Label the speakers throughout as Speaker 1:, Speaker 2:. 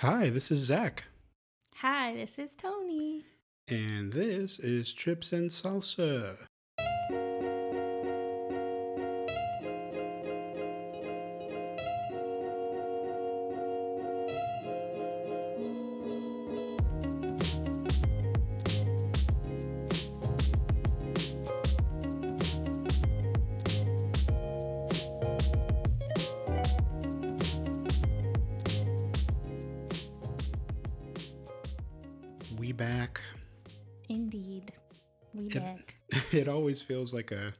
Speaker 1: Hi, this is Zach,
Speaker 2: Hi, this is Tony.
Speaker 1: and this is Chips and Salsa. We back.
Speaker 2: Indeed. We
Speaker 1: It-
Speaker 2: back.
Speaker 1: It always feels like a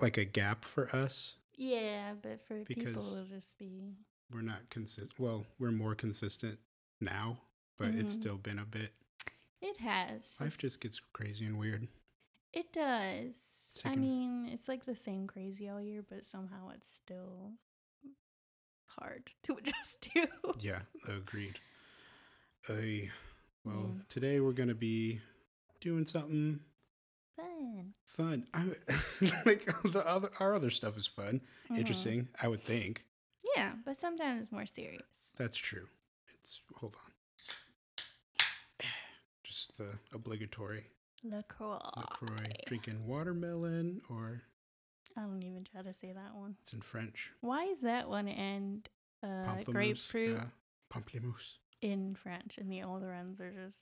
Speaker 1: like a gap for us.
Speaker 2: Yeah, but for people
Speaker 1: Because-
Speaker 2: it'll just be
Speaker 1: We're not consistent. Well, we're more consistent now, but it's
Speaker 2: Mhm.
Speaker 1: still been a bit.
Speaker 2: it has.
Speaker 1: Life just gets crazy and weird.
Speaker 2: it does. I
Speaker 1: Second-
Speaker 2: mean, it's like the same crazy all year, but somehow it's still hard to adjust to.
Speaker 1: Yeah, agreed. Uh, well,
Speaker 2: Mm.
Speaker 1: today we're gonna be doing something
Speaker 2: Fun.
Speaker 1: fun. I, like the other, our other stuff is fun,
Speaker 2: Mhm.
Speaker 1: interesting. I would think
Speaker 2: Mm-hmm. Yeah, but sometimes it's more serious.
Speaker 1: that's true. It's hold on, just the obligatory
Speaker 2: LaCroix.
Speaker 1: Lacroix drinking watermelon, or
Speaker 2: I don't even try to say that one.
Speaker 1: it's in French,
Speaker 2: Why is that one and uh,
Speaker 1: pamplemousse.
Speaker 2: grapefruit
Speaker 1: yeah, pamplemousse.
Speaker 2: in French and the other ones are just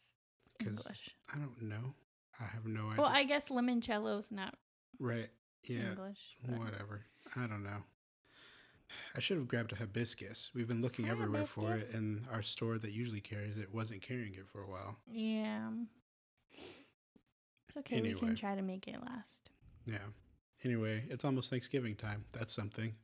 Speaker 1: 'Cause
Speaker 2: English?
Speaker 1: I don't know. I have no idea.
Speaker 2: Well, I guess limoncello's not
Speaker 1: right? Yeah.
Speaker 2: English. but-
Speaker 1: Whatever. I don't know. I should have grabbed a hibiscus. We've been looking everywhere for it,
Speaker 2: Hibiscus?
Speaker 1: and our store that usually carries it wasn't carrying it for a while.
Speaker 2: Yeah. It's okay. We
Speaker 1: Anyway.
Speaker 2: can try to make it last.
Speaker 1: Yeah. Anyway, it's almost Thanksgiving time. That's something.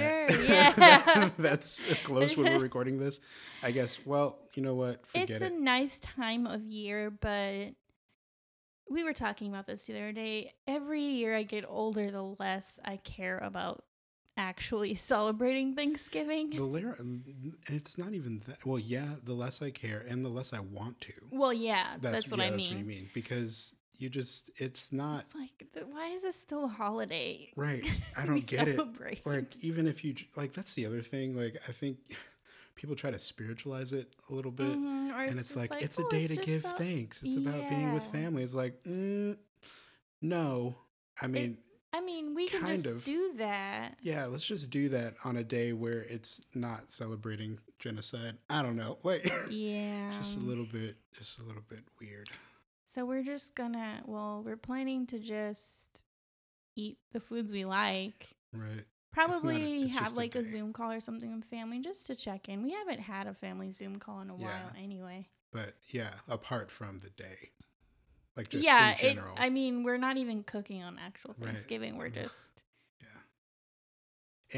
Speaker 1: That-
Speaker 2: Yeah.
Speaker 1: That's close when we're recording this. I guess. Well, you know what?
Speaker 2: it's
Speaker 1: Forget
Speaker 2: a
Speaker 1: it.
Speaker 2: nice time of year, but we were talking about this the other day. Every year I get older, the less I care about actually celebrating Thanksgiving.
Speaker 1: The layer, it's not even that. Well, yeah, the less I care and the less I want to.
Speaker 2: well, yeah, that's, what
Speaker 1: yeah,
Speaker 2: I
Speaker 1: That's
Speaker 2: mean.
Speaker 1: what you mean. Because you just, it's not,
Speaker 2: It's like, th- why is this still a holiday?
Speaker 1: right. I
Speaker 2: we
Speaker 1: don't get it.
Speaker 2: celebrate?
Speaker 1: like even if you j- like that's the other thing like i think people try to spiritualize it a little bit
Speaker 2: Mhm, or
Speaker 1: and it's
Speaker 2: just
Speaker 1: like, it's
Speaker 2: "Oh,
Speaker 1: a day to
Speaker 2: just
Speaker 1: give
Speaker 2: about-
Speaker 1: thanks it's about being with
Speaker 2: Yeah.
Speaker 1: family it's like mm, no i mean
Speaker 2: I mean, we can
Speaker 1: kind
Speaker 2: just
Speaker 1: of.
Speaker 2: do that.
Speaker 1: yeah let's just do that on a day where it's not celebrating genocide i don't know like
Speaker 2: Yeah.
Speaker 1: it's just a little bit just a little bit weird
Speaker 2: So we're just gonna, well, we're planning to just eat the foods we like.
Speaker 1: right
Speaker 2: Probably
Speaker 1: it's
Speaker 2: have
Speaker 1: just a
Speaker 2: like a,
Speaker 1: day.
Speaker 2: Zoom call or something with family just to check in. We haven't had a family Zoom call in a
Speaker 1: Yeah.
Speaker 2: while anyway.
Speaker 1: but yeah apart from the day like just
Speaker 2: yeah,
Speaker 1: in
Speaker 2: it,
Speaker 1: general
Speaker 2: I mean, we're not even cooking on actual
Speaker 1: Right.
Speaker 2: Thanksgiving. We're
Speaker 1: Um,
Speaker 2: just,
Speaker 1: Yeah.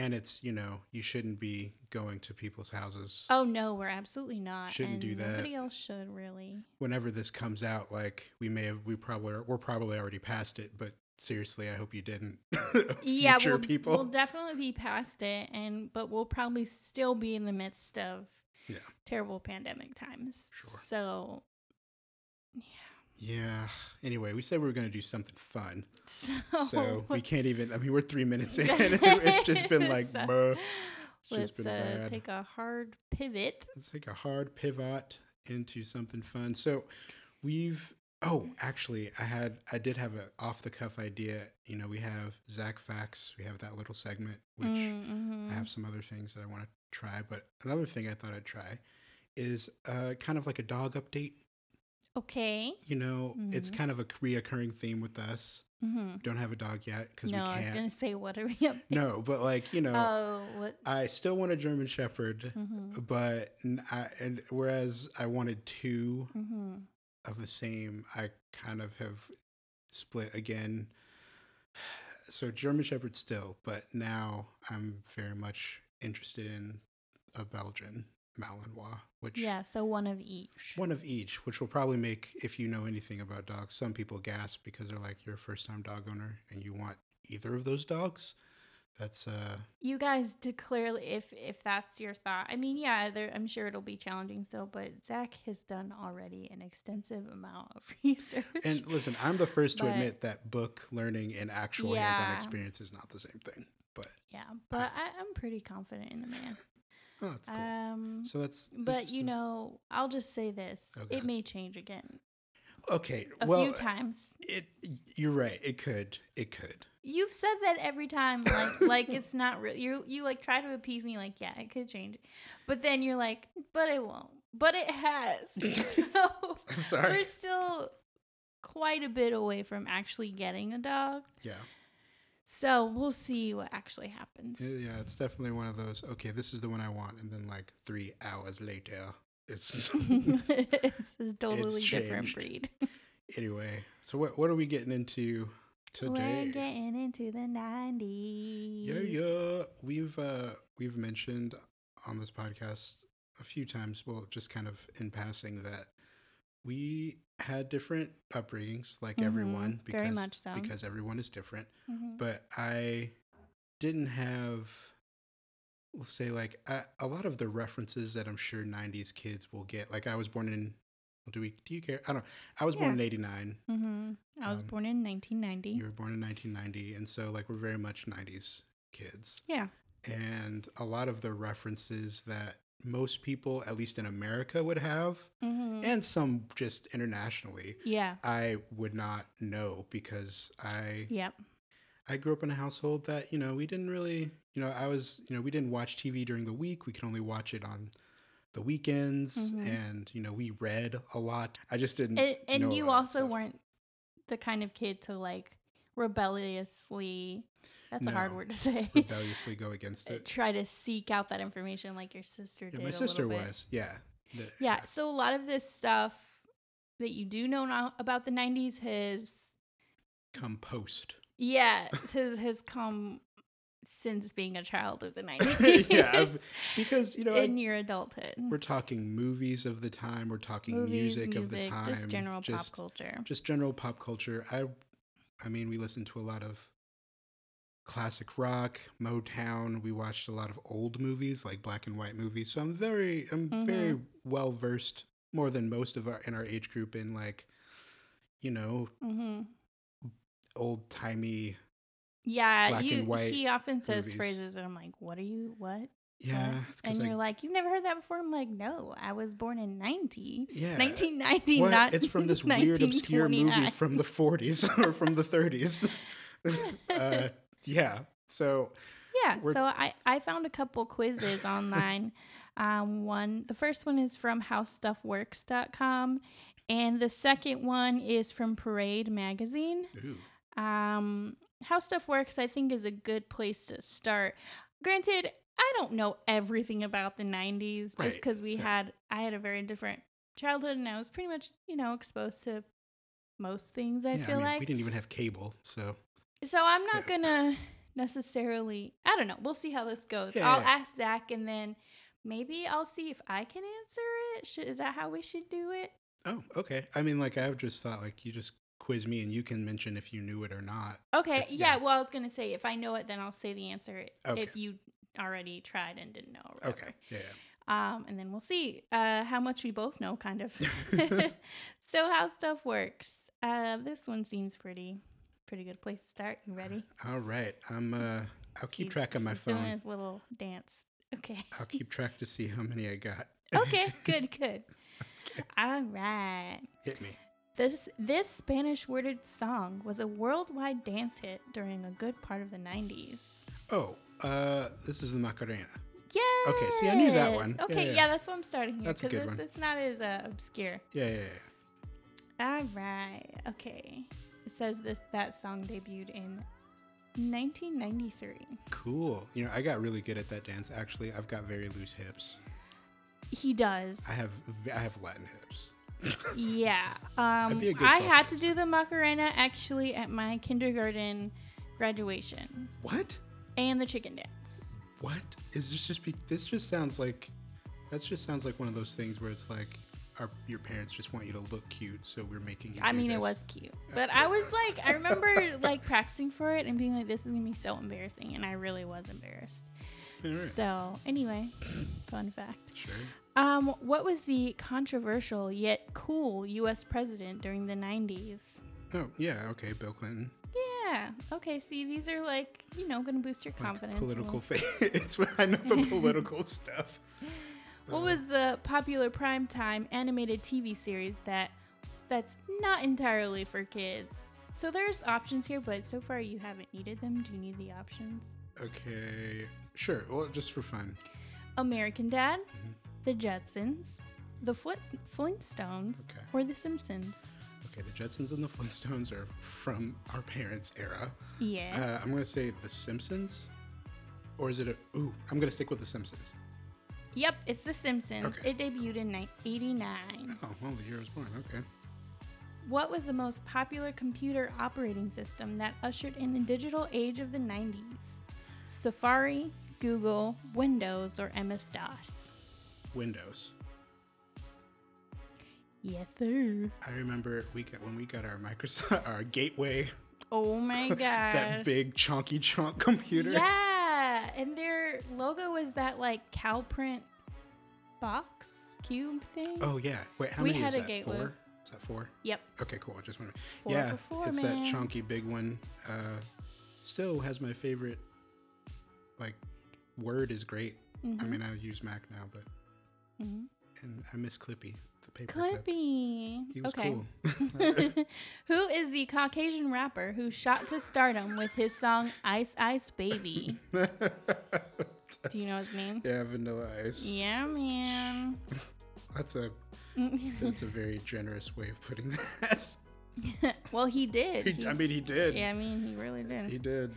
Speaker 1: And it's, you know, you shouldn't be going to people's houses.
Speaker 2: oh no, we're absolutely not.
Speaker 1: Shouldn't do
Speaker 2: and
Speaker 1: that.
Speaker 2: Nobody else should really.
Speaker 1: Whenever this comes out, like we may have, we probably are, we're probably already past it, but seriously, I hope you didn't. Future
Speaker 2: yeah, we'll,
Speaker 1: people.
Speaker 2: we'll definitely be past it, and but we'll probably still be in the midst of
Speaker 1: Yeah.
Speaker 2: terrible pandemic times.
Speaker 1: Sure.
Speaker 2: So,
Speaker 1: yeah. Anyway, we said we were going to do something fun.
Speaker 2: so,
Speaker 1: So we can't even, I mean, we're three minutes in. and it's just been like,
Speaker 2: Oh. So,
Speaker 1: bruh.
Speaker 2: Let's
Speaker 1: just been
Speaker 2: uh,
Speaker 1: bad.
Speaker 2: take a hard pivot.
Speaker 1: Let's take a hard pivot into something fun. So we've oh, actually I had I did have an off the cuff idea. You know, we have Zach Facts, we have that little segment, which
Speaker 2: Mm,
Speaker 1: I have
Speaker 2: mhm.
Speaker 1: some other things that I want to try. But another thing I thought I'd try is uh, kind of like a dog update.
Speaker 2: okay.
Speaker 1: You know, it's
Speaker 2: Mhm.
Speaker 1: kind of a reoccurring theme with us.
Speaker 2: hmm
Speaker 1: We don't have a dog yet because
Speaker 2: No,
Speaker 1: we
Speaker 2: I was
Speaker 1: can't.
Speaker 2: gonna say, what are we up?
Speaker 1: No, but like you know,
Speaker 2: Oh, what?
Speaker 1: I still want a German Shepherd,
Speaker 2: Mhm,
Speaker 1: but n- I, and whereas I wanted two
Speaker 2: mhm.
Speaker 1: of the same. I kind of have split again. So German Shepherd still, but now I'm very much interested in a Belgian Malinois, which
Speaker 2: Yeah, so one of each.
Speaker 1: one of each, which will probably make if you know anything about dogs, some people gasp because they're like you're a first time dog owner and you want either of those dogs. That's uh
Speaker 2: you guys declare if if that's your thought i mean yeah there, i'm sure it'll be challenging still but zach has done already an extensive amount of research
Speaker 1: and listen, I'm the first to
Speaker 2: But-
Speaker 1: admit that book learning and actual hands on
Speaker 2: Yeah.
Speaker 1: experience is not the same thing. But
Speaker 2: yeah but I, i'm pretty confident in the man
Speaker 1: Oh, that's cool.
Speaker 2: Um,
Speaker 1: so that's
Speaker 2: but you
Speaker 1: interesting.
Speaker 2: know, I'll just say this:
Speaker 1: Okay.
Speaker 2: it may change again
Speaker 1: okay.
Speaker 2: a
Speaker 1: well,
Speaker 2: few times.
Speaker 1: it you're right. It could. It could.
Speaker 2: You've said that every time, like like it's not real. You you like try to appease me, like yeah, it could change, but then you're like, but it won't. But it has. so
Speaker 1: I'm sorry.
Speaker 2: we're still quite a bit away from actually getting a dog.
Speaker 1: Yeah.
Speaker 2: So we'll see what actually happens.
Speaker 1: Yeah, Yeah, it's definitely one of those. Okay, this is the one I want, and then like three hours later, it's
Speaker 2: it's a totally different
Speaker 1: changed.
Speaker 2: breed.
Speaker 1: anyway. So what what are we getting into
Speaker 2: We're
Speaker 1: today?
Speaker 2: getting into the 90s.
Speaker 1: Yeah, yeah. We've uh we've mentioned on this podcast a few times. Well, just kind of in passing that we had different upbringings, like everyone,
Speaker 2: Mhm, very much so.
Speaker 1: because everyone is different.
Speaker 2: Mhm.
Speaker 1: but I didn't have, let's say, like a, a lot of the references that I'm sure '90s kids will get. Like I was born in, do we? Do you care? I don't. I was born in '89.
Speaker 2: Mhm. I was
Speaker 1: Um,
Speaker 2: born in 1990.
Speaker 1: You were born in 1990, and so like we're very much '90s kids.
Speaker 2: yeah.
Speaker 1: And a lot of the references that most people, at least in America, would have,
Speaker 2: Mhm.
Speaker 1: and some just internationally,
Speaker 2: yeah.
Speaker 1: I would not know because I
Speaker 2: Yep.
Speaker 1: I grew up in a household that, you know, we didn't really, you know, I was, you know, we didn't watch TV during the week. We could only watch it on the weekends.
Speaker 2: Mhm.
Speaker 1: And, you know, we read a lot. I just didn't.
Speaker 2: And,
Speaker 1: know
Speaker 2: and
Speaker 1: a
Speaker 2: you
Speaker 1: lot of
Speaker 2: also
Speaker 1: stuff.
Speaker 2: weren't the kind of kid to like rebelliously, that's a hard
Speaker 1: No.
Speaker 2: word to say,
Speaker 1: rebelliously go against it.
Speaker 2: try to seek out that information like your sister
Speaker 1: Yeah,
Speaker 2: did.
Speaker 1: my
Speaker 2: a
Speaker 1: sister
Speaker 2: little bit.
Speaker 1: was. Yeah. The-
Speaker 2: Yeah. So a lot of this stuff that you do know now about the 90s has
Speaker 1: Come post.
Speaker 2: Yeah, it has has come since being a child of the 90s.
Speaker 1: yeah. I've- because, you know, I-
Speaker 2: in your adulthood.
Speaker 1: we're talking movies of the time. We're talking
Speaker 2: Movies,
Speaker 1: music, of the time.
Speaker 2: just general
Speaker 1: just-
Speaker 2: pop culture.
Speaker 1: just general pop culture. I, I mean, we listened to a lot of classic rock, Motown. We watched a lot of old movies, like black and white movies. So I'm very, I'm
Speaker 2: Mm-hmm.
Speaker 1: very well versed, more than most of our in our age group, in like, you know,
Speaker 2: hmm
Speaker 1: old timey.
Speaker 2: Yeah,
Speaker 1: black
Speaker 2: you.
Speaker 1: and white
Speaker 2: he often says
Speaker 1: movies.
Speaker 2: phrases, and I'm like, "What are you? What?"
Speaker 1: Yeah,
Speaker 2: what?"
Speaker 1: it's 'cause
Speaker 2: And
Speaker 1: I-
Speaker 2: you're like, "You've never heard that before." I'm like, "No, I was born in 90,
Speaker 1: yeah.
Speaker 2: 1990,
Speaker 1: What?
Speaker 2: not
Speaker 1: it's from this weird, obscure movie
Speaker 2: 1929.
Speaker 1: from the 40s or from the 30s. uh, yeah. So
Speaker 2: Yeah,
Speaker 1: We're-
Speaker 2: so I, I found a couple quizzes online. um, one the first one is from howstuffworks.com and the second one is from Parade magazine.
Speaker 1: ooh,
Speaker 2: Um, How Stuff Works I think is a good place to start. Granted, I don't know everything about the 90s just
Speaker 1: Right,
Speaker 2: cuz we
Speaker 1: yeah.
Speaker 2: had I had a very different childhood and I was pretty much, you know, exposed to most things I
Speaker 1: yeah,
Speaker 2: feel
Speaker 1: I mean,
Speaker 2: like.
Speaker 1: we didn't even have cable, so
Speaker 2: So I'm not
Speaker 1: Yeah.
Speaker 2: gonna necessarily. I don't know. We'll see how this goes.
Speaker 1: Yeah,
Speaker 2: I'll
Speaker 1: yeah.
Speaker 2: ask Zach, and then maybe I'll see if I can answer it. Should, is that how we should do it?
Speaker 1: Oh, okay. I mean, like I've just thought, like you just quiz me, and you can mention if you knew it or not.
Speaker 2: Okay.
Speaker 1: If- yeah.
Speaker 2: yeah. Well, I was gonna say if I know it, then I'll say the answer.
Speaker 1: Okay.
Speaker 2: If you already tried and didn't know. Or whatever.
Speaker 1: Okay. Yeah.
Speaker 2: Um, and then we'll see uh, how much we both know, kind of. so how stuff works. Uh, this one seems pretty, pretty good place to start. You ready?
Speaker 1: All right. I'm. Uh, I'll keep
Speaker 2: He's-
Speaker 1: track on my
Speaker 2: He's doing
Speaker 1: phone.
Speaker 2: his little dance. Okay.
Speaker 1: I'll keep track to see how many I got.
Speaker 2: okay, good, good. All right.
Speaker 1: Hit me.
Speaker 2: This this Spanish worded song was a worldwide dance hit during a good part of the 90s.
Speaker 1: Oh, uh, this is the Macarena.
Speaker 2: Yeah.
Speaker 1: Okay, see, I knew that one. Yeah,
Speaker 2: Okay, yeah,
Speaker 1: yeah.
Speaker 2: that's what I'm starting here
Speaker 1: That's a
Speaker 2: because
Speaker 1: good
Speaker 2: it's,
Speaker 1: one.
Speaker 2: it's not as uh, obscure.
Speaker 1: Yeah, yeah, yeah.
Speaker 2: All right. Okay. It says this that song debuted in 1993.
Speaker 1: Cool. You know, I got really good at that dance. Actually, I've got very loose hips.
Speaker 2: He does.
Speaker 1: I have. v- I have Latin hips.
Speaker 2: Yeah. Um,
Speaker 1: be a good
Speaker 2: I
Speaker 1: salsa
Speaker 2: had to do the Macarena actually at my kindergarten graduation
Speaker 1: What?
Speaker 2: and the chicken dance.
Speaker 1: What is this? Just be. This just sounds like. That just sounds like one of those things where it's like, our your parents just want you to look cute, so we're making. You
Speaker 2: I
Speaker 1: do
Speaker 2: mean, it
Speaker 1: this.
Speaker 2: was cute, but I was like, I remember like practicing for it and being like, this is gonna be so embarrassing, and I really was embarrassed.
Speaker 1: All right.
Speaker 2: So, anyway, fun fact.
Speaker 1: Sure.
Speaker 2: Um, what was the controversial yet cool U.S. president during the '90s?
Speaker 1: Oh, yeah, okay, Bill Clinton.
Speaker 2: Yeah. Okay. See, these are like you know going to boost your
Speaker 1: Like
Speaker 2: confidence. a
Speaker 1: political
Speaker 2: little.
Speaker 1: thing. it's where I know the political stuff.
Speaker 2: What was the popular primetime animated TV series that that's not entirely for kids? So there's options here, but so far you haven't needed them. Do you need the options?
Speaker 1: Okay, sure. Well, just for fun.
Speaker 2: American Dad,
Speaker 1: Mm-hmm.
Speaker 2: The Jetsons, The Flint- Flintstones,
Speaker 1: Okay.
Speaker 2: or The Simpsons?
Speaker 1: Okay, the Jetsons and the Flintstones are from our parents' era.
Speaker 2: Yeah.
Speaker 1: Uh, I'm gonna say The Simpsons, or is it a? Ooh, I'm gonna stick with The Simpsons.
Speaker 2: yep, it's The Simpsons.
Speaker 1: okay.
Speaker 2: It debuted in ni- 89.
Speaker 1: Oh, well, the year I was born. Okay.
Speaker 2: What was the most popular computer operating system that ushered in the digital age of the 90s? Safari, Google, Windows, or MS DOS?
Speaker 1: Windows.
Speaker 2: Yes, sir.
Speaker 1: I remember we got when we got our Microsoft, our Gateway,
Speaker 2: Oh my gosh.
Speaker 1: that big chonky chonk computer.
Speaker 2: Yeah, and their logo was that like cow print box cube thing.
Speaker 1: Oh yeah. Wait, how
Speaker 2: We
Speaker 1: many
Speaker 2: had
Speaker 1: is
Speaker 2: a
Speaker 1: that?
Speaker 2: Gateway.
Speaker 1: Four? Is that four?
Speaker 2: Yep.
Speaker 1: Okay, cool. I just want to.
Speaker 2: Four
Speaker 1: yeah,
Speaker 2: for four,
Speaker 1: it's
Speaker 2: man.
Speaker 1: that chunky big one. Uh, still has my favorite. Like, Word is great.
Speaker 2: Mm-hmm.
Speaker 1: I mean, I use Mac now, but
Speaker 2: Mhm.
Speaker 1: and I miss Clippy, the paper clip.
Speaker 2: Clippy.
Speaker 1: He was
Speaker 2: Okay.
Speaker 1: cool.
Speaker 2: who is the Caucasian rapper who shot to stardom with his song Ice Ice Baby? Do you know his name?
Speaker 1: yeah, Vanilla Ice.
Speaker 2: Yeah, man.
Speaker 1: That's a that's a very generous way of putting that.
Speaker 2: well, he did.
Speaker 1: He, I mean, he did.
Speaker 2: yeah, I mean, he really
Speaker 1: He
Speaker 2: did.
Speaker 1: did.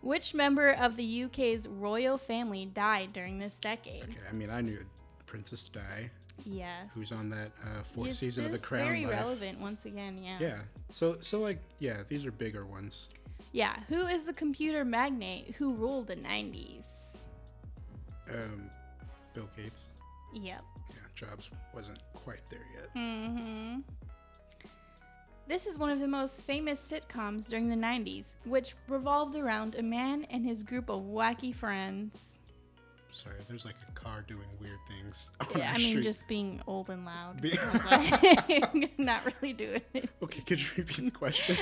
Speaker 2: Which member of the UK's royal family died during this decade?
Speaker 1: Okay, I mean, I knew Princess Di,
Speaker 2: Yes.
Speaker 1: who's on that uh, fourth
Speaker 2: This
Speaker 1: season of The
Speaker 2: is
Speaker 1: Crown.
Speaker 2: Very
Speaker 1: live.
Speaker 2: relevant once again, yeah.
Speaker 1: Yeah. So so like yeah, these are bigger ones.
Speaker 2: Yeah, Who is the computer magnate who ruled the nineties?
Speaker 1: Um, Bill Gates.
Speaker 2: Yep.
Speaker 1: Yeah, Jobs wasn't quite there yet.
Speaker 2: hmm This is one of the most famous sitcoms during the nineties, which revolved around a man and his group of wacky friends.
Speaker 1: Sorry, there's like a car doing weird things on
Speaker 2: Yeah,
Speaker 1: our
Speaker 2: I mean
Speaker 1: street.
Speaker 2: just being old and loud.
Speaker 1: Be-
Speaker 2: Like, Not really doing it.
Speaker 1: okay, could you repeat the question?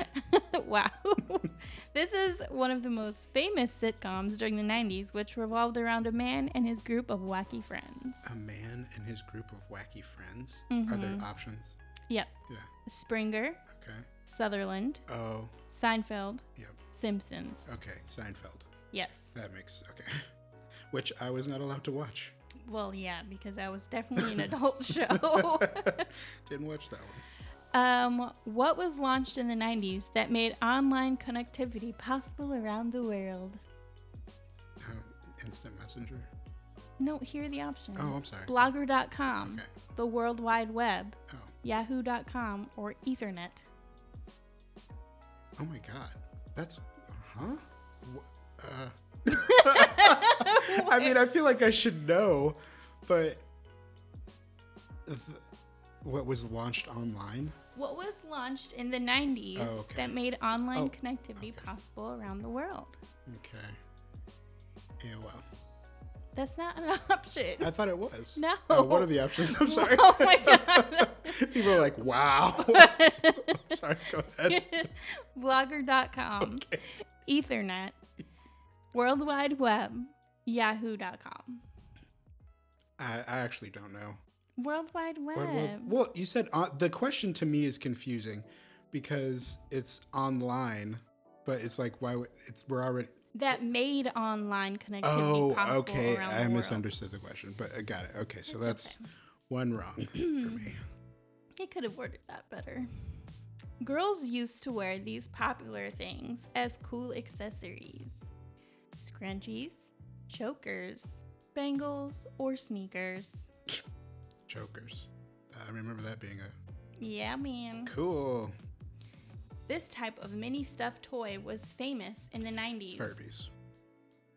Speaker 2: wow. this is one of the most famous sitcoms during the 90s, which revolved around a man and his group of wacky friends.
Speaker 1: a man and his group of wacky friends. Are
Speaker 2: Mm-hmm.
Speaker 1: there options?
Speaker 2: Yep.
Speaker 1: Yeah.
Speaker 2: Springer,
Speaker 1: Okay.
Speaker 2: Sutherland,
Speaker 1: Oh,
Speaker 2: Seinfeld,
Speaker 1: yep.
Speaker 2: Simpsons.
Speaker 1: Okay, Seinfeld.
Speaker 2: Yes.
Speaker 1: That makes okay. Which I was not allowed to watch.
Speaker 2: Well, yeah, because that was definitely an adult show.
Speaker 1: Didn't watch that one.
Speaker 2: um, what was launched in the 90s that made online connectivity possible around the world?
Speaker 1: Um, instant messenger.
Speaker 2: No, here are the options.
Speaker 1: Oh, I'm sorry.
Speaker 2: Blogger.com,
Speaker 1: Okay.
Speaker 2: the World Wide Web,
Speaker 1: Oh,
Speaker 2: Yahoo.com, or Ethernet.
Speaker 1: oh my God. That's huh? Wh- Uh, I mean, I feel like I should know, but th- what was launched online?
Speaker 2: What was launched in the 90s
Speaker 1: Oh, okay.
Speaker 2: that made online
Speaker 1: Oh,
Speaker 2: connectivity possible around the world?
Speaker 1: Okay. AOL.
Speaker 2: That's not an option.
Speaker 1: I thought it was.
Speaker 2: No.
Speaker 1: Oh, what are the options? I'm sorry.
Speaker 2: Oh my god.
Speaker 1: People are like, wow. I'm sorry. Go ahead.
Speaker 2: Blogger.com, Ethernet, World Wide Web, Yahoo.com.
Speaker 1: I, I actually don't know.
Speaker 2: World Wide Web.
Speaker 1: Well, well, well, you said on, the question to me is confusing because it's online, but it's like why would it's we're already.
Speaker 2: that made online connectivity
Speaker 1: Oh,
Speaker 2: possible
Speaker 1: okay.
Speaker 2: around the
Speaker 1: I
Speaker 2: world.
Speaker 1: misunderstood the question, but I got it. Okay, so that's one wrong for me.
Speaker 2: It could have worded that better. Girls used to wear these popular things as cool accessories scrunchies, chokers, bangles, or sneakers.
Speaker 1: Jokers. I remember that being a
Speaker 2: Yeah, man.
Speaker 1: cool
Speaker 2: This type of mini stuffed toy was famous in the 90s.
Speaker 1: Furbies.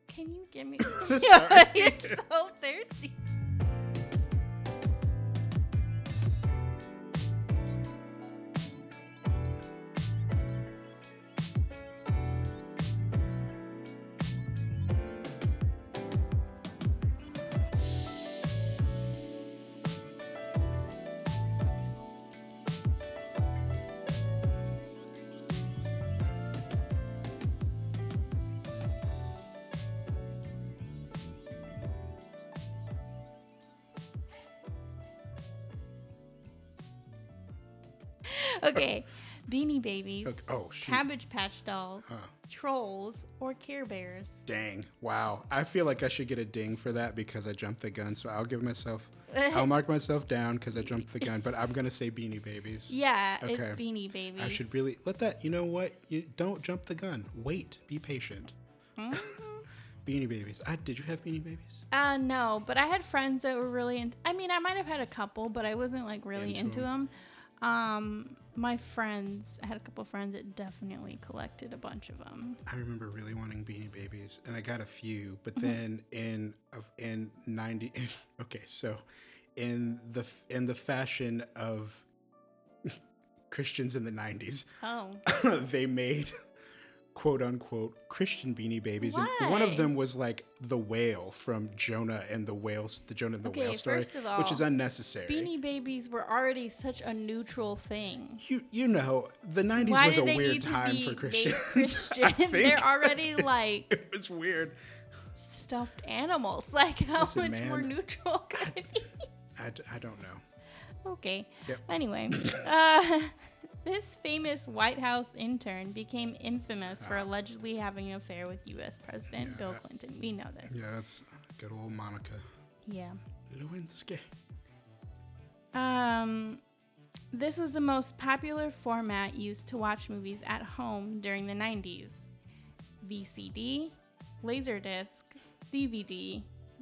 Speaker 2: Can you give me?
Speaker 1: Sorry.
Speaker 2: You're so thirsty. okay. Beanie Babies,
Speaker 1: Okay. Oh shoot.
Speaker 2: Cabbage Patch Dolls,
Speaker 1: Huh.
Speaker 2: Trolls, or Care Bears.
Speaker 1: Dang. Wow. I feel like I should get a ding for that because I jumped the gun. So I'll give myself, I'll mark myself down because I jumped the gun, but I'm going to say Beanie Babies.
Speaker 2: Yeah,
Speaker 1: Okay.
Speaker 2: it's Beanie Babies.
Speaker 1: I should really let that, you know what? You don't jump the gun. Wait. Be patient. Beanie Babies. I, did you have Beanie Babies?
Speaker 2: Uh, no, but I had friends that were really in- I mean, I might have had a couple, but I wasn't like really
Speaker 1: Into
Speaker 2: into them. Um, my friends, I had a couple friends that definitely collected a bunch of them.
Speaker 1: I remember really wanting Beanie Babies, and I got a few. But then in of in ninety, okay, so in the f- in the fashion of Christians in the nineties,
Speaker 2: Oh,
Speaker 1: they made quote unquote Christian Beanie Babies, and one
Speaker 2: Why?
Speaker 1: of them was like the whale from Jonah and the whales, the Jonah and the
Speaker 2: Okay,
Speaker 1: whale story,
Speaker 2: first of
Speaker 1: which is
Speaker 2: all,
Speaker 1: unnecessary.
Speaker 2: Beanie Babies were already such a neutral thing.
Speaker 1: you you know the nineties
Speaker 2: Why
Speaker 1: was
Speaker 2: do
Speaker 1: a
Speaker 2: they
Speaker 1: weird
Speaker 2: need to
Speaker 1: time
Speaker 2: be
Speaker 1: for
Speaker 2: made
Speaker 1: Christians. I
Speaker 2: Christian? They're
Speaker 1: think.
Speaker 2: already,
Speaker 1: It's-
Speaker 2: like-
Speaker 1: it was weird.
Speaker 2: Stuffed animals. Like, how
Speaker 1: Listen,
Speaker 2: much more
Speaker 1: man.
Speaker 2: neutral could it be?
Speaker 1: I, d- I don't know.
Speaker 2: Okay.
Speaker 1: Yep.
Speaker 2: Anyway, uh, this famous White House intern became infamous
Speaker 1: Ah.
Speaker 2: for allegedly having an affair with U.S. President Bill Clinton. We know this.
Speaker 1: Yeah, that's good old Monica
Speaker 2: Yeah.
Speaker 1: Lewinsky.
Speaker 2: Um, this was the most popular format used to watch movies at home during the 90s VCD, Laserdisc, DVD,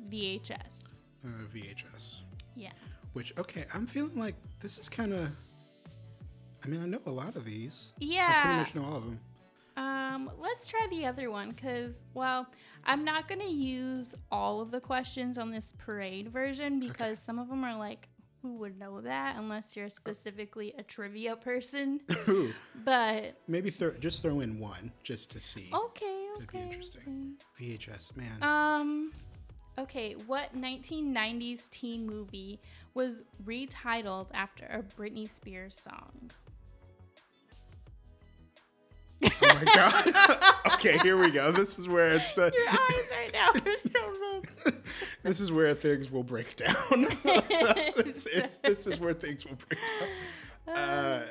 Speaker 2: VHS.
Speaker 1: Uh, VHS.
Speaker 2: Yeah.
Speaker 1: Which okay, I'm feeling like this is kind of. I mean, I know a lot of these. I pretty
Speaker 2: Yeah.
Speaker 1: much know all of them.
Speaker 2: Um, let's try the other one because, well, I'm not going to use all of the questions on this parade version because some of them are like, who would know that unless you're specifically a trivia person?
Speaker 1: Ooh,
Speaker 2: but
Speaker 1: maybe throw just throw in one just to see.
Speaker 2: okay, okay.
Speaker 1: That'd be interesting. VHS, man.
Speaker 2: okay. Um, okay, what 1990s teen movie was retitled after a Britney Spears song?
Speaker 1: oh my god. okay, here we go. This is where it's. Uh,
Speaker 2: Your eyes right now are so big.
Speaker 1: this is where things will break down. it's, it's, this is where things will break down. Uh,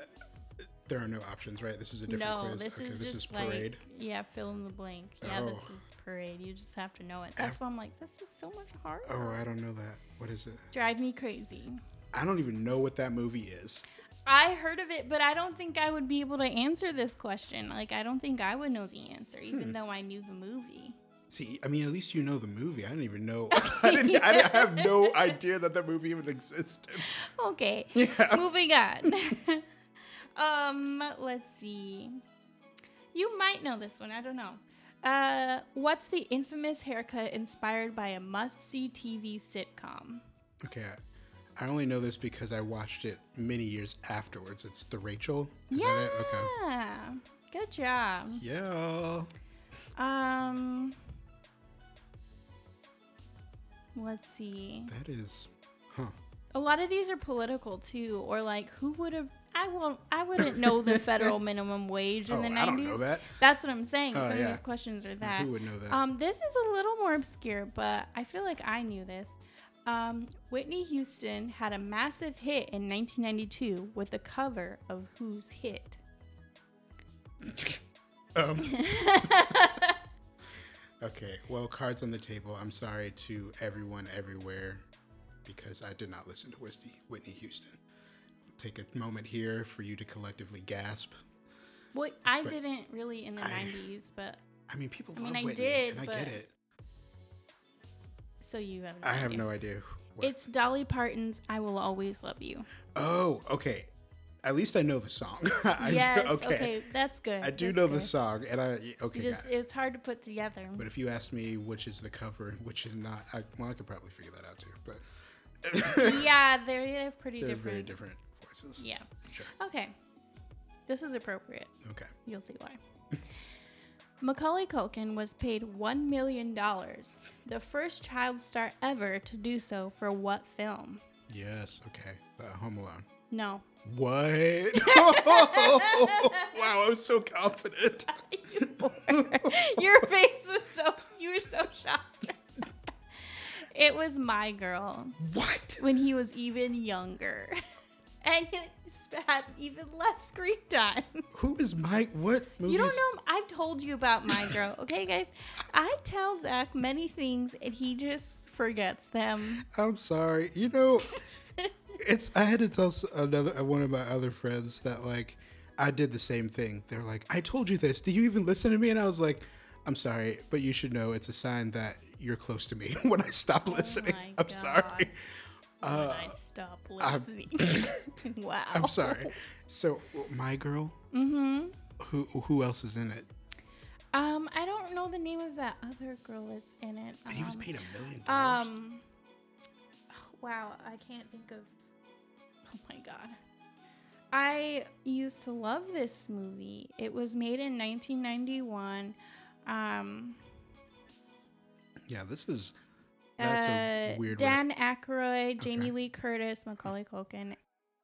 Speaker 1: there are no options, right? This is a different
Speaker 2: no,
Speaker 1: quiz.
Speaker 2: this
Speaker 1: okay,
Speaker 2: is
Speaker 1: this
Speaker 2: just
Speaker 1: is parade.
Speaker 2: like yeah, fill in the blank. Yeah, this
Speaker 1: Oh.
Speaker 2: is parade. You just have to know it. That's why I'm like, this is so much harder.
Speaker 1: Oh, I don't know that. What is it?
Speaker 2: Drive me crazy.
Speaker 1: I don't even know what that movie is.
Speaker 2: I heard of it, but I don't think I would be able to answer this question. Like, I don't think I would know the answer, even
Speaker 1: Hmm.
Speaker 2: though I knew the movie.
Speaker 1: See, I mean, at least you know the movie. I didn't even know. I didn't. I, didn't- I have no idea that that movie even existed.
Speaker 2: Okay,
Speaker 1: Yeah.
Speaker 2: moving on. um, let's see. You might know this one. I don't know. Uh, what's the infamous haircut inspired by a must-see TV sitcom?
Speaker 1: Okay. I, I only know this because I watched it many years afterwards. It's the Rachel. Is
Speaker 2: Yeah.
Speaker 1: that it? Okay.
Speaker 2: Good job.
Speaker 1: Yeah.
Speaker 2: Um Let's see.
Speaker 1: That is. Huh.
Speaker 2: A lot of these are political too or like who would have I won't I wouldn't know the federal minimum wage in
Speaker 1: Oh,
Speaker 2: the 90s.
Speaker 1: I don't know that.
Speaker 2: That's what I'm saying.
Speaker 1: Oh,
Speaker 2: Some of
Speaker 1: yeah.
Speaker 2: these questions are that.
Speaker 1: Who would know that?
Speaker 2: Um this is a little more obscure, but I feel like I knew this. Um, Whitney Houston had a massive hit in 1992 with a cover of Who's Hit?
Speaker 1: Um, okay. Well, cards on the table. I'm sorry to everyone everywhere because I did not listen to Whitney, Whitney Houston. Take a moment here for you to collectively gasp.
Speaker 2: Well, I
Speaker 1: But
Speaker 2: didn't really in the
Speaker 1: I-
Speaker 2: 90s, but
Speaker 1: I mean, people
Speaker 2: I
Speaker 1: love
Speaker 2: mean, I
Speaker 1: Whitney,
Speaker 2: did,
Speaker 1: and I
Speaker 2: but-
Speaker 1: get it.
Speaker 2: so you have.
Speaker 1: I have
Speaker 2: idea.
Speaker 1: no idea. What.
Speaker 2: It's Dolly Parton's "I Will Always Love You."
Speaker 1: oh, okay. At least I know the song. I do-
Speaker 2: yes, okay. that's good.
Speaker 1: I do
Speaker 2: that's
Speaker 1: know
Speaker 2: good.
Speaker 1: the song, and I okay.
Speaker 2: It just
Speaker 1: got it.
Speaker 2: it's hard to put together.
Speaker 1: But if you ask me which is the cover and which is not, I, well, I could probably figure that out too. But
Speaker 2: yeah, they're, they're pretty
Speaker 1: they're
Speaker 2: different.
Speaker 1: very different voices.
Speaker 2: Yeah.
Speaker 1: Sure.
Speaker 2: Okay. This is appropriate.
Speaker 1: Okay.
Speaker 2: You'll see why. Macaulay Culkin was paid one million dollars, the first child star ever to do so for what film?
Speaker 1: Yes. Okay. Uh, Home Alone.
Speaker 2: No.
Speaker 1: What? wow, I was so confident.
Speaker 2: You were. Your face was so you were so shocked. it was my girl
Speaker 1: What?
Speaker 2: when he was even younger. And he to have even less screen time.
Speaker 1: Who is Mike? What movies?
Speaker 2: You don't know. I've told you about my girl. Okay, guys. I tell Zach many things and he just forgets them.
Speaker 1: I'm sorry. You know, it's I had to tell s- another uh, one of my other friends that like I did the same thing. They're like, "I told you this. Do you even listen to me?" And I was like, "I'm sorry, but you should know it's a sign that you're close to me when I stop listening."
Speaker 2: Oh my
Speaker 1: I'm sorry.
Speaker 2: God. when I stop listening. wow.
Speaker 1: Uh, I'm sorry. So, my girl.
Speaker 2: Mm-hmm.
Speaker 1: Who who else is in it?
Speaker 2: Um, I don't know the name of that other girl that's in it.
Speaker 1: And he was
Speaker 2: Um,
Speaker 1: paid a million dollars.
Speaker 2: Um. Wow, I can't think of. Oh my god. I used to love this movie. It was made in 1991. Um,
Speaker 1: Yeah, this is that's a
Speaker 2: uh,
Speaker 1: weird one.
Speaker 2: Dan Aykroyd, Jamie Lee Curtis, Macaulay Culkin,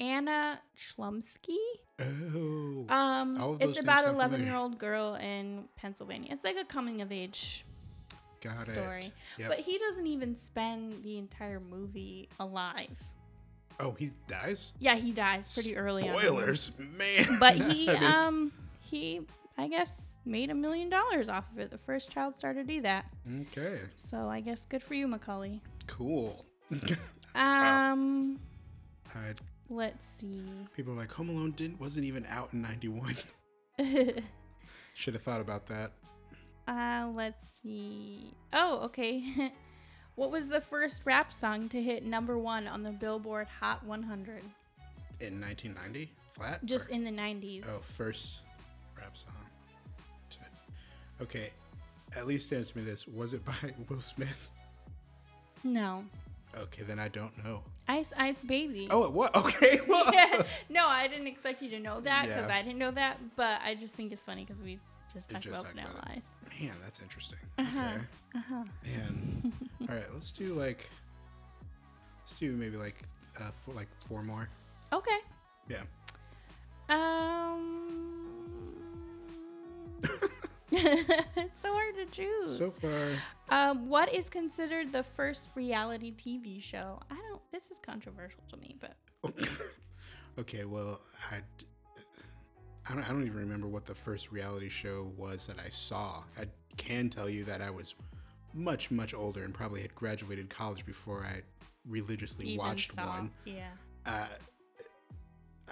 Speaker 2: Anna Chlumsky.
Speaker 1: Oh,
Speaker 2: Um,
Speaker 1: All of those
Speaker 2: it's
Speaker 1: names
Speaker 2: about an
Speaker 1: sound familiar.
Speaker 2: 11 year old girl in Pennsylvania. It's like a coming of age
Speaker 1: got
Speaker 2: story.
Speaker 1: it. Yep.
Speaker 2: But he doesn't even spend the entire movie alive.
Speaker 1: oh, he dies.
Speaker 2: Yeah, he dies pretty early on.
Speaker 1: Spoilers, man.
Speaker 2: But he
Speaker 1: I mean,
Speaker 2: um he I guess made a million dollars off of it. The first child star to do that.
Speaker 1: Okay,
Speaker 2: So I guess good for you, Macaulay.
Speaker 1: cool.
Speaker 2: Um
Speaker 1: I,
Speaker 2: let's see.
Speaker 1: people are like Home Alone didn't wasn't even out in '91.
Speaker 2: uh
Speaker 1: Should have thought about that.
Speaker 2: let's see. Oh, okay. what was the first rap song to hit number 1 on the Billboard Hot 100
Speaker 1: In 1990, flat.
Speaker 2: just
Speaker 1: Or-
Speaker 2: in the 90s?
Speaker 1: oh, first rap song. Shit. Okay, at least answer me this: Was it by Will Smith?
Speaker 2: No.
Speaker 1: Okay, then I don't know.
Speaker 2: Ice Ice Baby.
Speaker 1: Oh, it was okay. Well,
Speaker 2: no, I didn't expect you to know that because
Speaker 1: Yeah.
Speaker 2: I didn't know that, but I just think it's funny because we just
Speaker 1: We
Speaker 2: talked
Speaker 1: just
Speaker 2: about
Speaker 1: talked
Speaker 2: vanilla
Speaker 1: about
Speaker 2: ice.
Speaker 1: Man, that's interesting.
Speaker 2: Uh-huh.
Speaker 1: Okay.
Speaker 2: Uh-huh.
Speaker 1: Man. All right, let's do like let's do maybe like uh four, like four more.
Speaker 2: Okay.
Speaker 1: Yeah.
Speaker 2: Um, it's so hard to choose.
Speaker 1: So far,
Speaker 2: um, what is considered the first reality TV show? I don't. This is controversial to me, but
Speaker 1: okay. Well, I d- I don't I don't even remember what the first reality show was that I saw. I can tell you that I was much much older and probably had graduated college before I religiously
Speaker 2: even
Speaker 1: watched
Speaker 2: saw-
Speaker 1: one.
Speaker 2: Yeah.
Speaker 1: Uh,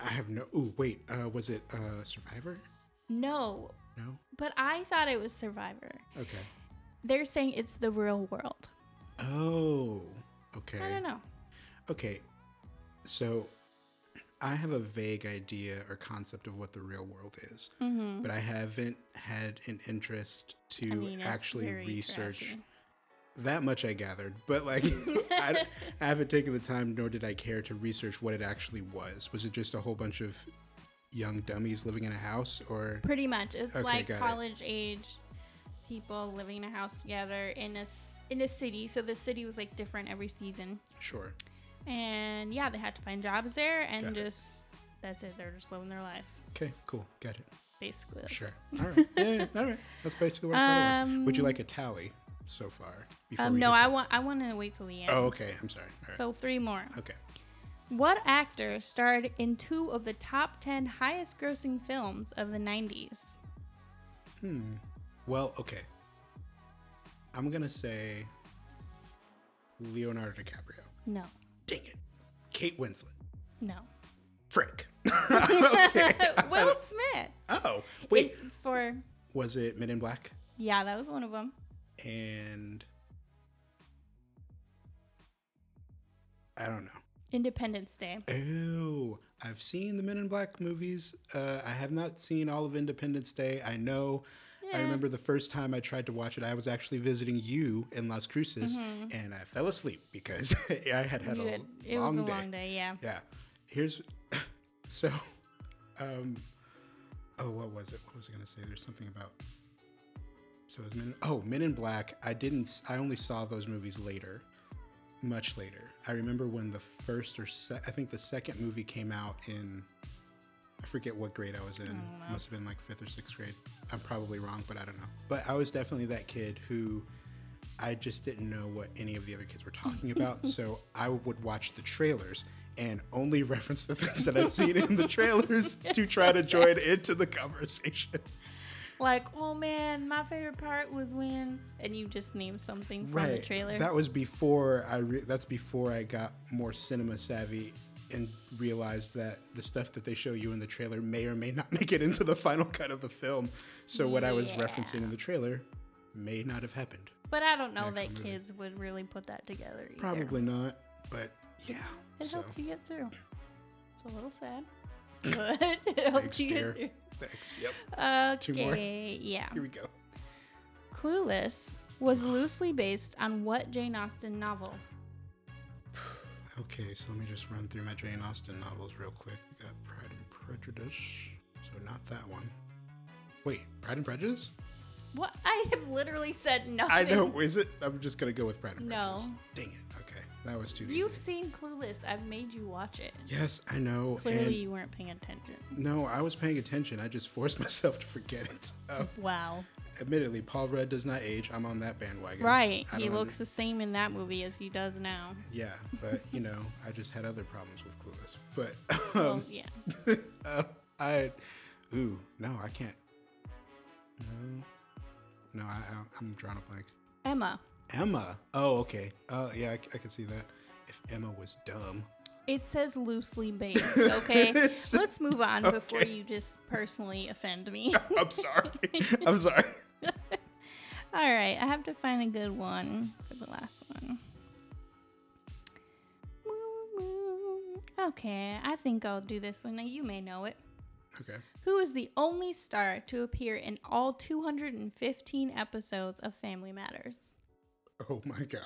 Speaker 1: I have no. Ooh, wait. Uh, was it uh, Survivor?
Speaker 2: No,
Speaker 1: No.
Speaker 2: but I thought it was Survivor.
Speaker 1: Okay.
Speaker 2: They're saying it's the real world.
Speaker 1: Oh. Okay.
Speaker 2: I don't know.
Speaker 1: Okay. So I have a vague idea or concept of what the real world is,
Speaker 2: Mm-hmm.
Speaker 1: but I haven't had an interest to
Speaker 2: I mean, it's
Speaker 1: actually
Speaker 2: very
Speaker 1: research
Speaker 2: trashy.
Speaker 1: that much I gathered, but like I, I haven't taken the time nor did I care to research what it actually was. Was it just a whole bunch of young dummies living in a house or
Speaker 2: Pretty much, it's
Speaker 1: Okay,
Speaker 2: like
Speaker 1: got it.
Speaker 2: college age people living in a house together in a s- in a city. So the city was like different every season,
Speaker 1: sure.
Speaker 2: and yeah, they had to find jobs there, and
Speaker 1: Got it.
Speaker 2: just that's it. They're just living their life,
Speaker 1: Okay, cool. Got it.
Speaker 2: basically. That's
Speaker 1: Sure. All right. Yeah, all right. That's basically what I thought it was. Would you
Speaker 2: Um,
Speaker 1: like a tally so far?
Speaker 2: it.
Speaker 1: Before
Speaker 2: Um,
Speaker 1: we
Speaker 2: no,
Speaker 1: hit
Speaker 2: I
Speaker 1: the-
Speaker 2: want I want to wait till the end.
Speaker 1: Oh, okay. I'm sorry. All right.
Speaker 2: So three more.
Speaker 1: okay.
Speaker 2: What actor starred in two of the top ten highest-grossing films of the '90s?
Speaker 1: Hmm. Well, okay. I'm gonna say Leonardo DiCaprio.
Speaker 2: No,
Speaker 1: Dang it. Kate Winslet.
Speaker 2: no.
Speaker 1: Frick. okay.
Speaker 2: Will Smith.
Speaker 1: Oh, wait.
Speaker 2: It- for
Speaker 1: was it Men in Black?
Speaker 2: yeah, that was one of them.
Speaker 1: And I don't know.
Speaker 2: Independence Day.
Speaker 1: Oh, I've seen the Men in Black movies. Uh, I have not seen all of Independence Day. I know. I
Speaker 2: Yeah.
Speaker 1: remember the first time I tried to watch it, I was actually visiting you in Las Cruces, and I fell asleep because I had had
Speaker 2: Mm-hmm. You
Speaker 1: a
Speaker 2: had- it
Speaker 1: long
Speaker 2: was a
Speaker 1: day.
Speaker 2: long day, yeah.
Speaker 1: Yeah. Here's so. Um. Oh, what was it? What was I gonna say? There's something about. So it was Men. Oh, Men in Black. I didn't. s- I only saw those movies later, much later. I remember when the first or se- I think the second movie came out in. I forget what grade I was in. Must have been like fifth or sixth grade. I'm probably wrong, but I don't know. But I was definitely that kid who I just didn't know what any of the other kids were talking about, so I would watch the trailers and only reference the things that I've seen in the trailers to try to join into the conversation.
Speaker 2: Like, oh man, my favorite part was when, and you just named something from the trailer.
Speaker 1: That was before I. Re- that's before I got more cinema savvy and realized that the stuff that they show you in the trailer may or may not make it into the final cut of the film. So what I was
Speaker 2: Yeah.
Speaker 1: referencing in the trailer may not have happened.
Speaker 2: but I don't know
Speaker 1: actual
Speaker 2: that
Speaker 1: movie.
Speaker 2: kids would really put that together. Either.
Speaker 1: Probably not, but yeah.
Speaker 2: It
Speaker 1: so
Speaker 2: helped you get through. It's a little sad, but it helped
Speaker 1: Thanks,
Speaker 2: you
Speaker 1: dear.
Speaker 2: get through.
Speaker 1: thanks. Yep.
Speaker 2: Okay.
Speaker 1: more.
Speaker 2: Yeah.
Speaker 1: Here we go.
Speaker 2: Clueless was loosely based on what Jane Austen novel?
Speaker 1: Okay, so let me just run through my Jane Austen novels real quick. We got Pride and Prejudice. So not that one. Wait, Pride and Prejudice?
Speaker 2: What I have literally said nothing.
Speaker 1: I know. Is it? I'm just gonna go with Pride and Prejudice.
Speaker 2: No.
Speaker 1: Dang it. Okay, that was too
Speaker 2: You've
Speaker 1: easy.
Speaker 2: seen Clueless. I've made you watch it.
Speaker 1: Yes, I know.
Speaker 2: Clearly,
Speaker 1: and-
Speaker 2: you weren't paying attention.
Speaker 1: No, I was paying attention. I just forced myself to forget it. Uh,
Speaker 2: Wow.
Speaker 1: admittedly, Paul Rudd does not age. I'm on that bandwagon.
Speaker 2: Right.
Speaker 1: I
Speaker 2: He
Speaker 1: don't
Speaker 2: looks the same in that movie as he does now.
Speaker 1: under- yeah, but you know, I just had other problems with Clueless. But
Speaker 2: Well,
Speaker 1: um,
Speaker 2: yeah.
Speaker 1: uh, I, ooh, no, I can't. No, no, I, I, I'm drawing a blank.
Speaker 2: Emma.
Speaker 1: Emma. Oh, okay. Oh, yeah, I, c- I can see that. If Emma was dumb,
Speaker 2: It says loosely based, okay?
Speaker 1: It's-
Speaker 2: Let's move on before
Speaker 1: okay.
Speaker 2: you just personally offend me.
Speaker 1: I'm sorry. I'm sorry.
Speaker 2: All right, I have to find a good one for the last one. Okay, I think I'll do this one. Now you may know it.
Speaker 1: Okay.
Speaker 2: Who is the only star to appear in all 215 episodes of Family Matters?
Speaker 1: Oh my god.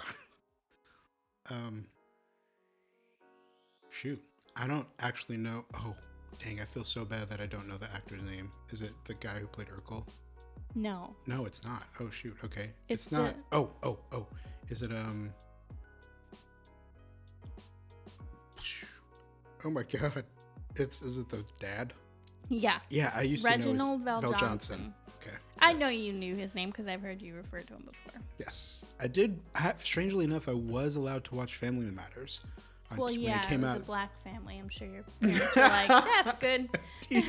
Speaker 1: Um. Shoot, I don't actually know. Oh, dang! I feel so bad that I don't know the actor's name. Is it the guy who played Urkel?
Speaker 2: No.
Speaker 1: No, it's not. Oh shoot. Okay,
Speaker 2: It's
Speaker 1: it's, not.
Speaker 2: the-
Speaker 1: Oh, oh, oh. Is it um? Oh my god. It's is it the dad?
Speaker 2: Yeah.
Speaker 1: Yeah, I used
Speaker 2: Reginald
Speaker 1: to know
Speaker 2: Val
Speaker 1: his-
Speaker 2: Johnson.
Speaker 1: Okay.
Speaker 2: I
Speaker 1: yes.
Speaker 2: know you knew his name because I've heard you refer to him before.
Speaker 1: Yes, I did. I, strangely enough, I was allowed to watch Family Matters. on-
Speaker 2: Well,
Speaker 1: when
Speaker 2: yeah,
Speaker 1: it came
Speaker 2: was
Speaker 1: out.
Speaker 2: a black family. I'm sure your parents were like, that's good.
Speaker 1: T-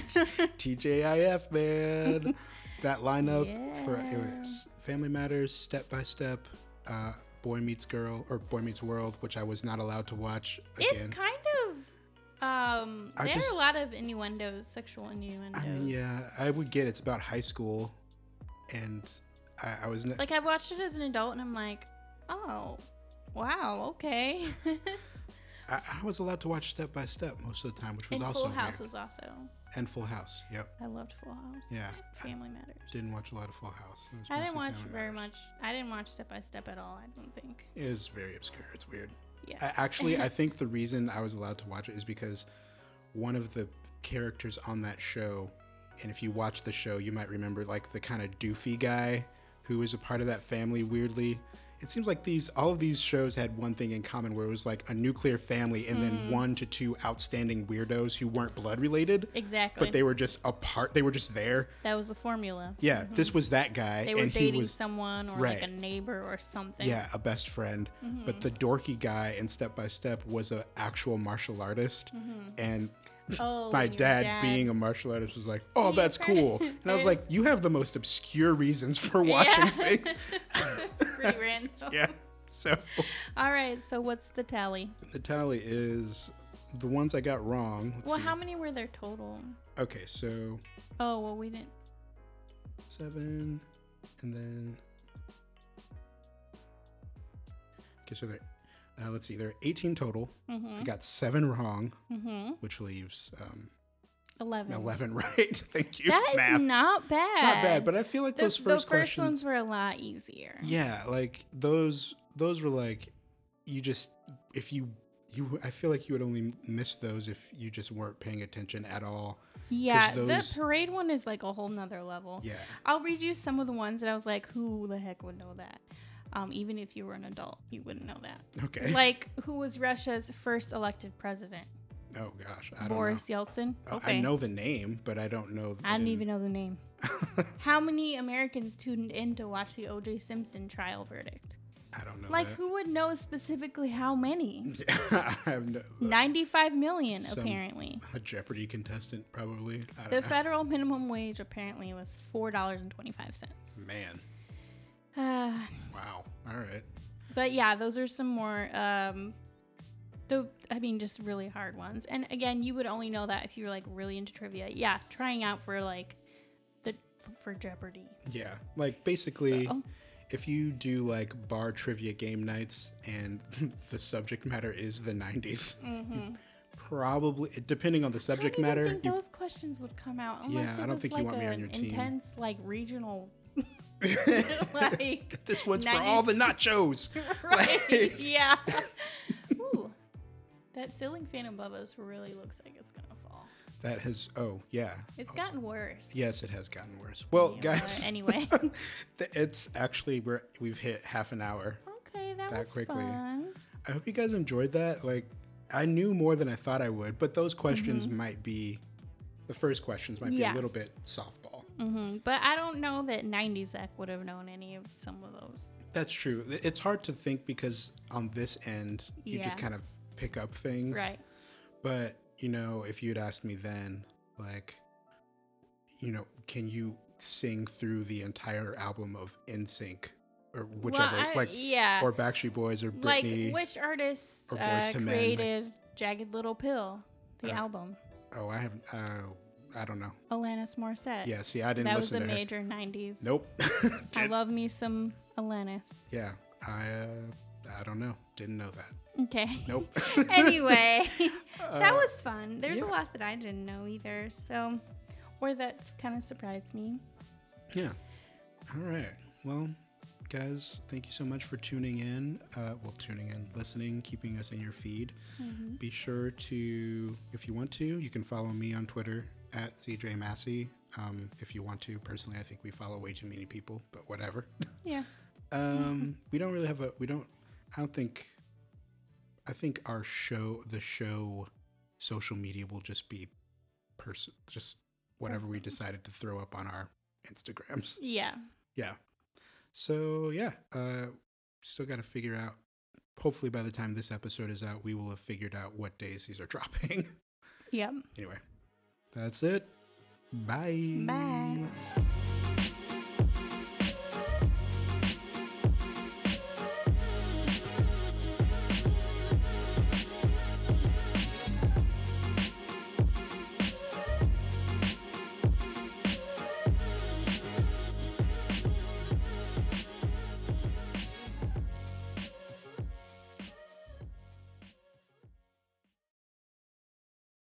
Speaker 1: TJIF, man. That lineup for it
Speaker 2: Yeah.
Speaker 1: was Family Matters, Step by Step, uh, Boy Meets Girl, or Boy Meets World, which I was not allowed to watch again.
Speaker 2: It's kind of. Um,
Speaker 1: I
Speaker 2: there
Speaker 1: just-
Speaker 2: are a lot of innuendos, sexual innuendos.
Speaker 1: I mean, yeah, I would get it's about high school, and I, I was. Ne-
Speaker 2: Like I've watched it as an adult, and I'm like, oh, wow, okay.
Speaker 1: I, I was allowed to watch Step by Step most of the time, which was
Speaker 2: and
Speaker 1: also
Speaker 2: Full House
Speaker 1: weird.
Speaker 2: was also.
Speaker 1: and Full House. Yep,
Speaker 2: I loved Full House.
Speaker 1: Yeah.
Speaker 2: Family Matters.
Speaker 1: didn't watch a lot of Full House. It was
Speaker 2: I didn't
Speaker 1: mostly
Speaker 2: watch
Speaker 1: Family
Speaker 2: very
Speaker 1: Matters.
Speaker 2: much. I didn't watch Step by Step at all. I don't think.
Speaker 1: It is very obscure. It's weird.
Speaker 2: Yeah.
Speaker 1: I, actually, I think the reason I was allowed to watch it is because one of the characters on that show, and if you watch the show, you might remember like the kind of doofy guy who is a part of that family. Weirdly, it seems like these all of these shows had one thing in common, where it was like a nuclear family, and
Speaker 2: Mm-hmm.
Speaker 1: then one to two outstanding weirdos who weren't blood related,
Speaker 2: exactly.
Speaker 1: but they were just apart. They were just there.
Speaker 2: that was the formula.
Speaker 1: Yeah, this was that guy,
Speaker 2: Mm-hmm. They were
Speaker 1: and he
Speaker 2: dating
Speaker 1: was
Speaker 2: someone or
Speaker 1: Right.
Speaker 2: like a neighbor or something.
Speaker 1: yeah a best friend but the dorky guy in step by step was an actual martial artist and
Speaker 2: Oh,
Speaker 1: my
Speaker 2: and your
Speaker 1: dad, being a martial artist was like oh that's cool and i was like you have the most obscure reasons for watching things
Speaker 2: Pretty random.
Speaker 1: yeah so
Speaker 2: All right. So what's the tally?
Speaker 1: the tally is the ones i got wrong let's
Speaker 2: Well,
Speaker 1: see.
Speaker 2: how many were there total?
Speaker 1: okay so
Speaker 2: Oh, well, we didn't.
Speaker 1: seven and then okay so there uh, let's see there are 18 total i got seven wrong
Speaker 2: Mm-hmm.
Speaker 1: which leaves um,
Speaker 2: Eleven.
Speaker 1: 11 right. Thank you.
Speaker 2: That is
Speaker 1: Math.
Speaker 2: not bad.
Speaker 1: It's not bad, but I feel like
Speaker 2: the,
Speaker 1: those
Speaker 2: the
Speaker 1: first,
Speaker 2: ones
Speaker 1: questions.
Speaker 2: were a lot easier.
Speaker 1: yeah, like those those were like you just if you you I feel like you would only miss those if you just weren't paying attention at all.
Speaker 2: Yeah,
Speaker 1: those-
Speaker 2: the parade one is like a whole nother level.
Speaker 1: Yeah.
Speaker 2: I'll read you some of the ones that I was like, who the heck would know that? Um, even if you were an adult, you wouldn't know that.
Speaker 1: Okay.
Speaker 2: Like, who was Russia's first elected president?
Speaker 1: oh gosh, I don't
Speaker 2: Boris Yeltsin.
Speaker 1: know. I know the name, but I don't know.
Speaker 2: I didn't
Speaker 1: didn't-
Speaker 2: even know the name. How many Americans tuned in to watch the O.J. Simpson trial verdict?
Speaker 1: I don't know.
Speaker 2: Like,
Speaker 1: that.
Speaker 2: who would know specifically how many?
Speaker 1: I have no.
Speaker 2: 95 million,
Speaker 1: Some-
Speaker 2: apparently.
Speaker 1: a Jeopardy contestant, probably. I
Speaker 2: The
Speaker 1: don't know.
Speaker 2: federal minimum wage apparently was $4.25.
Speaker 1: Man,
Speaker 2: Uh,
Speaker 1: wow. All right.
Speaker 2: but yeah, those are some more, um, the, I mean, just really hard ones. And again, you would only know that if you were like really into trivia. Yeah, trying out for like the, for Jeopardy.
Speaker 1: Yeah. Like basically,
Speaker 2: So-
Speaker 1: if you do like bar trivia game nights and the subject matter is the 90s,
Speaker 2: Mm-hmm.
Speaker 1: you probably, depending on the subject
Speaker 2: I don't even
Speaker 1: matter,
Speaker 2: think
Speaker 1: you,
Speaker 2: those questions would come out
Speaker 1: Yeah,
Speaker 2: unless
Speaker 1: I
Speaker 2: it
Speaker 1: don't
Speaker 2: was
Speaker 1: think you
Speaker 2: like
Speaker 1: want me
Speaker 2: an
Speaker 1: on your team.
Speaker 2: intense, like regional. like
Speaker 1: this one's for all the nachos.
Speaker 2: right,
Speaker 1: like-
Speaker 2: yeah. Ooh, that ceiling fan above us really looks like it's gonna fall.
Speaker 1: That has, oh, yeah.
Speaker 2: It's gotten worse.
Speaker 1: Yes, it has gotten worse. Well,
Speaker 2: Yeah,
Speaker 1: guys,
Speaker 2: Anyway,
Speaker 1: th- it's actually, we're, we've hit half an hour.
Speaker 2: okay, that,
Speaker 1: That
Speaker 2: was
Speaker 1: quickly.
Speaker 2: fun.
Speaker 1: I hope you guys enjoyed that. Like, I knew more than I thought I would, but those questions might be the first questions might be
Speaker 2: Mm-hmm. Yeah.
Speaker 1: a little bit softball.
Speaker 2: hmm But I don't know that '90s Zach would have known any of some of those.
Speaker 1: That's true. Th- It's hard to think because on this end, you just
Speaker 2: Yeah.
Speaker 1: kind of pick up things.
Speaker 2: Right.
Speaker 1: But, you know, if you'd asked me then, like, you know, can you sing through the entire album of NSYNC or whichever,
Speaker 2: well, I-
Speaker 1: like,
Speaker 2: yeah.
Speaker 1: or Backstreet Boys or Britney?
Speaker 2: Like which artists
Speaker 1: or Boyz
Speaker 2: uh,
Speaker 1: II Men, like-
Speaker 2: created "Jagged Little Pill" the
Speaker 1: Uh,
Speaker 2: album?
Speaker 1: oh, I haven't, uh, I don't know.
Speaker 2: Alanis Morissette.
Speaker 1: Yeah, see, I didn't
Speaker 2: Uh, that was
Speaker 1: listen
Speaker 2: a
Speaker 1: to her.
Speaker 2: major '90s.
Speaker 1: Nope.
Speaker 2: I
Speaker 1: Didn't-
Speaker 2: love me some Alanis.
Speaker 1: Yeah, I uh, I don't know. Didn't know that.
Speaker 2: Okay.
Speaker 1: Nope.
Speaker 2: anyway, that
Speaker 1: Uh,
Speaker 2: was fun. There's a
Speaker 1: yeah.
Speaker 2: lot that I didn't know either, so or that's kind of surprised me.
Speaker 1: yeah. All right. Well, guys, thank you so much for tuning in. Uh, well, tuning in, listening, keeping us in your feed. Be sure to, if you want to, you can follow me on Twitter at CJ Massey. Um, if you want to, personally, I think we follow way too many people, but whatever.
Speaker 2: Yeah.
Speaker 1: Um, we don't really have a. We don't. I don't think. I think our show, the show, social media will just be, person, just whatever we decided to throw up on our Instagrams.
Speaker 2: Yeah.
Speaker 1: Yeah. So yeah, uh, still got to figure out. Hopefully, by the time this episode is out, we will have figured out what days these are dropping.
Speaker 2: Yep.
Speaker 1: anyway, that's it. Bye.
Speaker 2: Bye.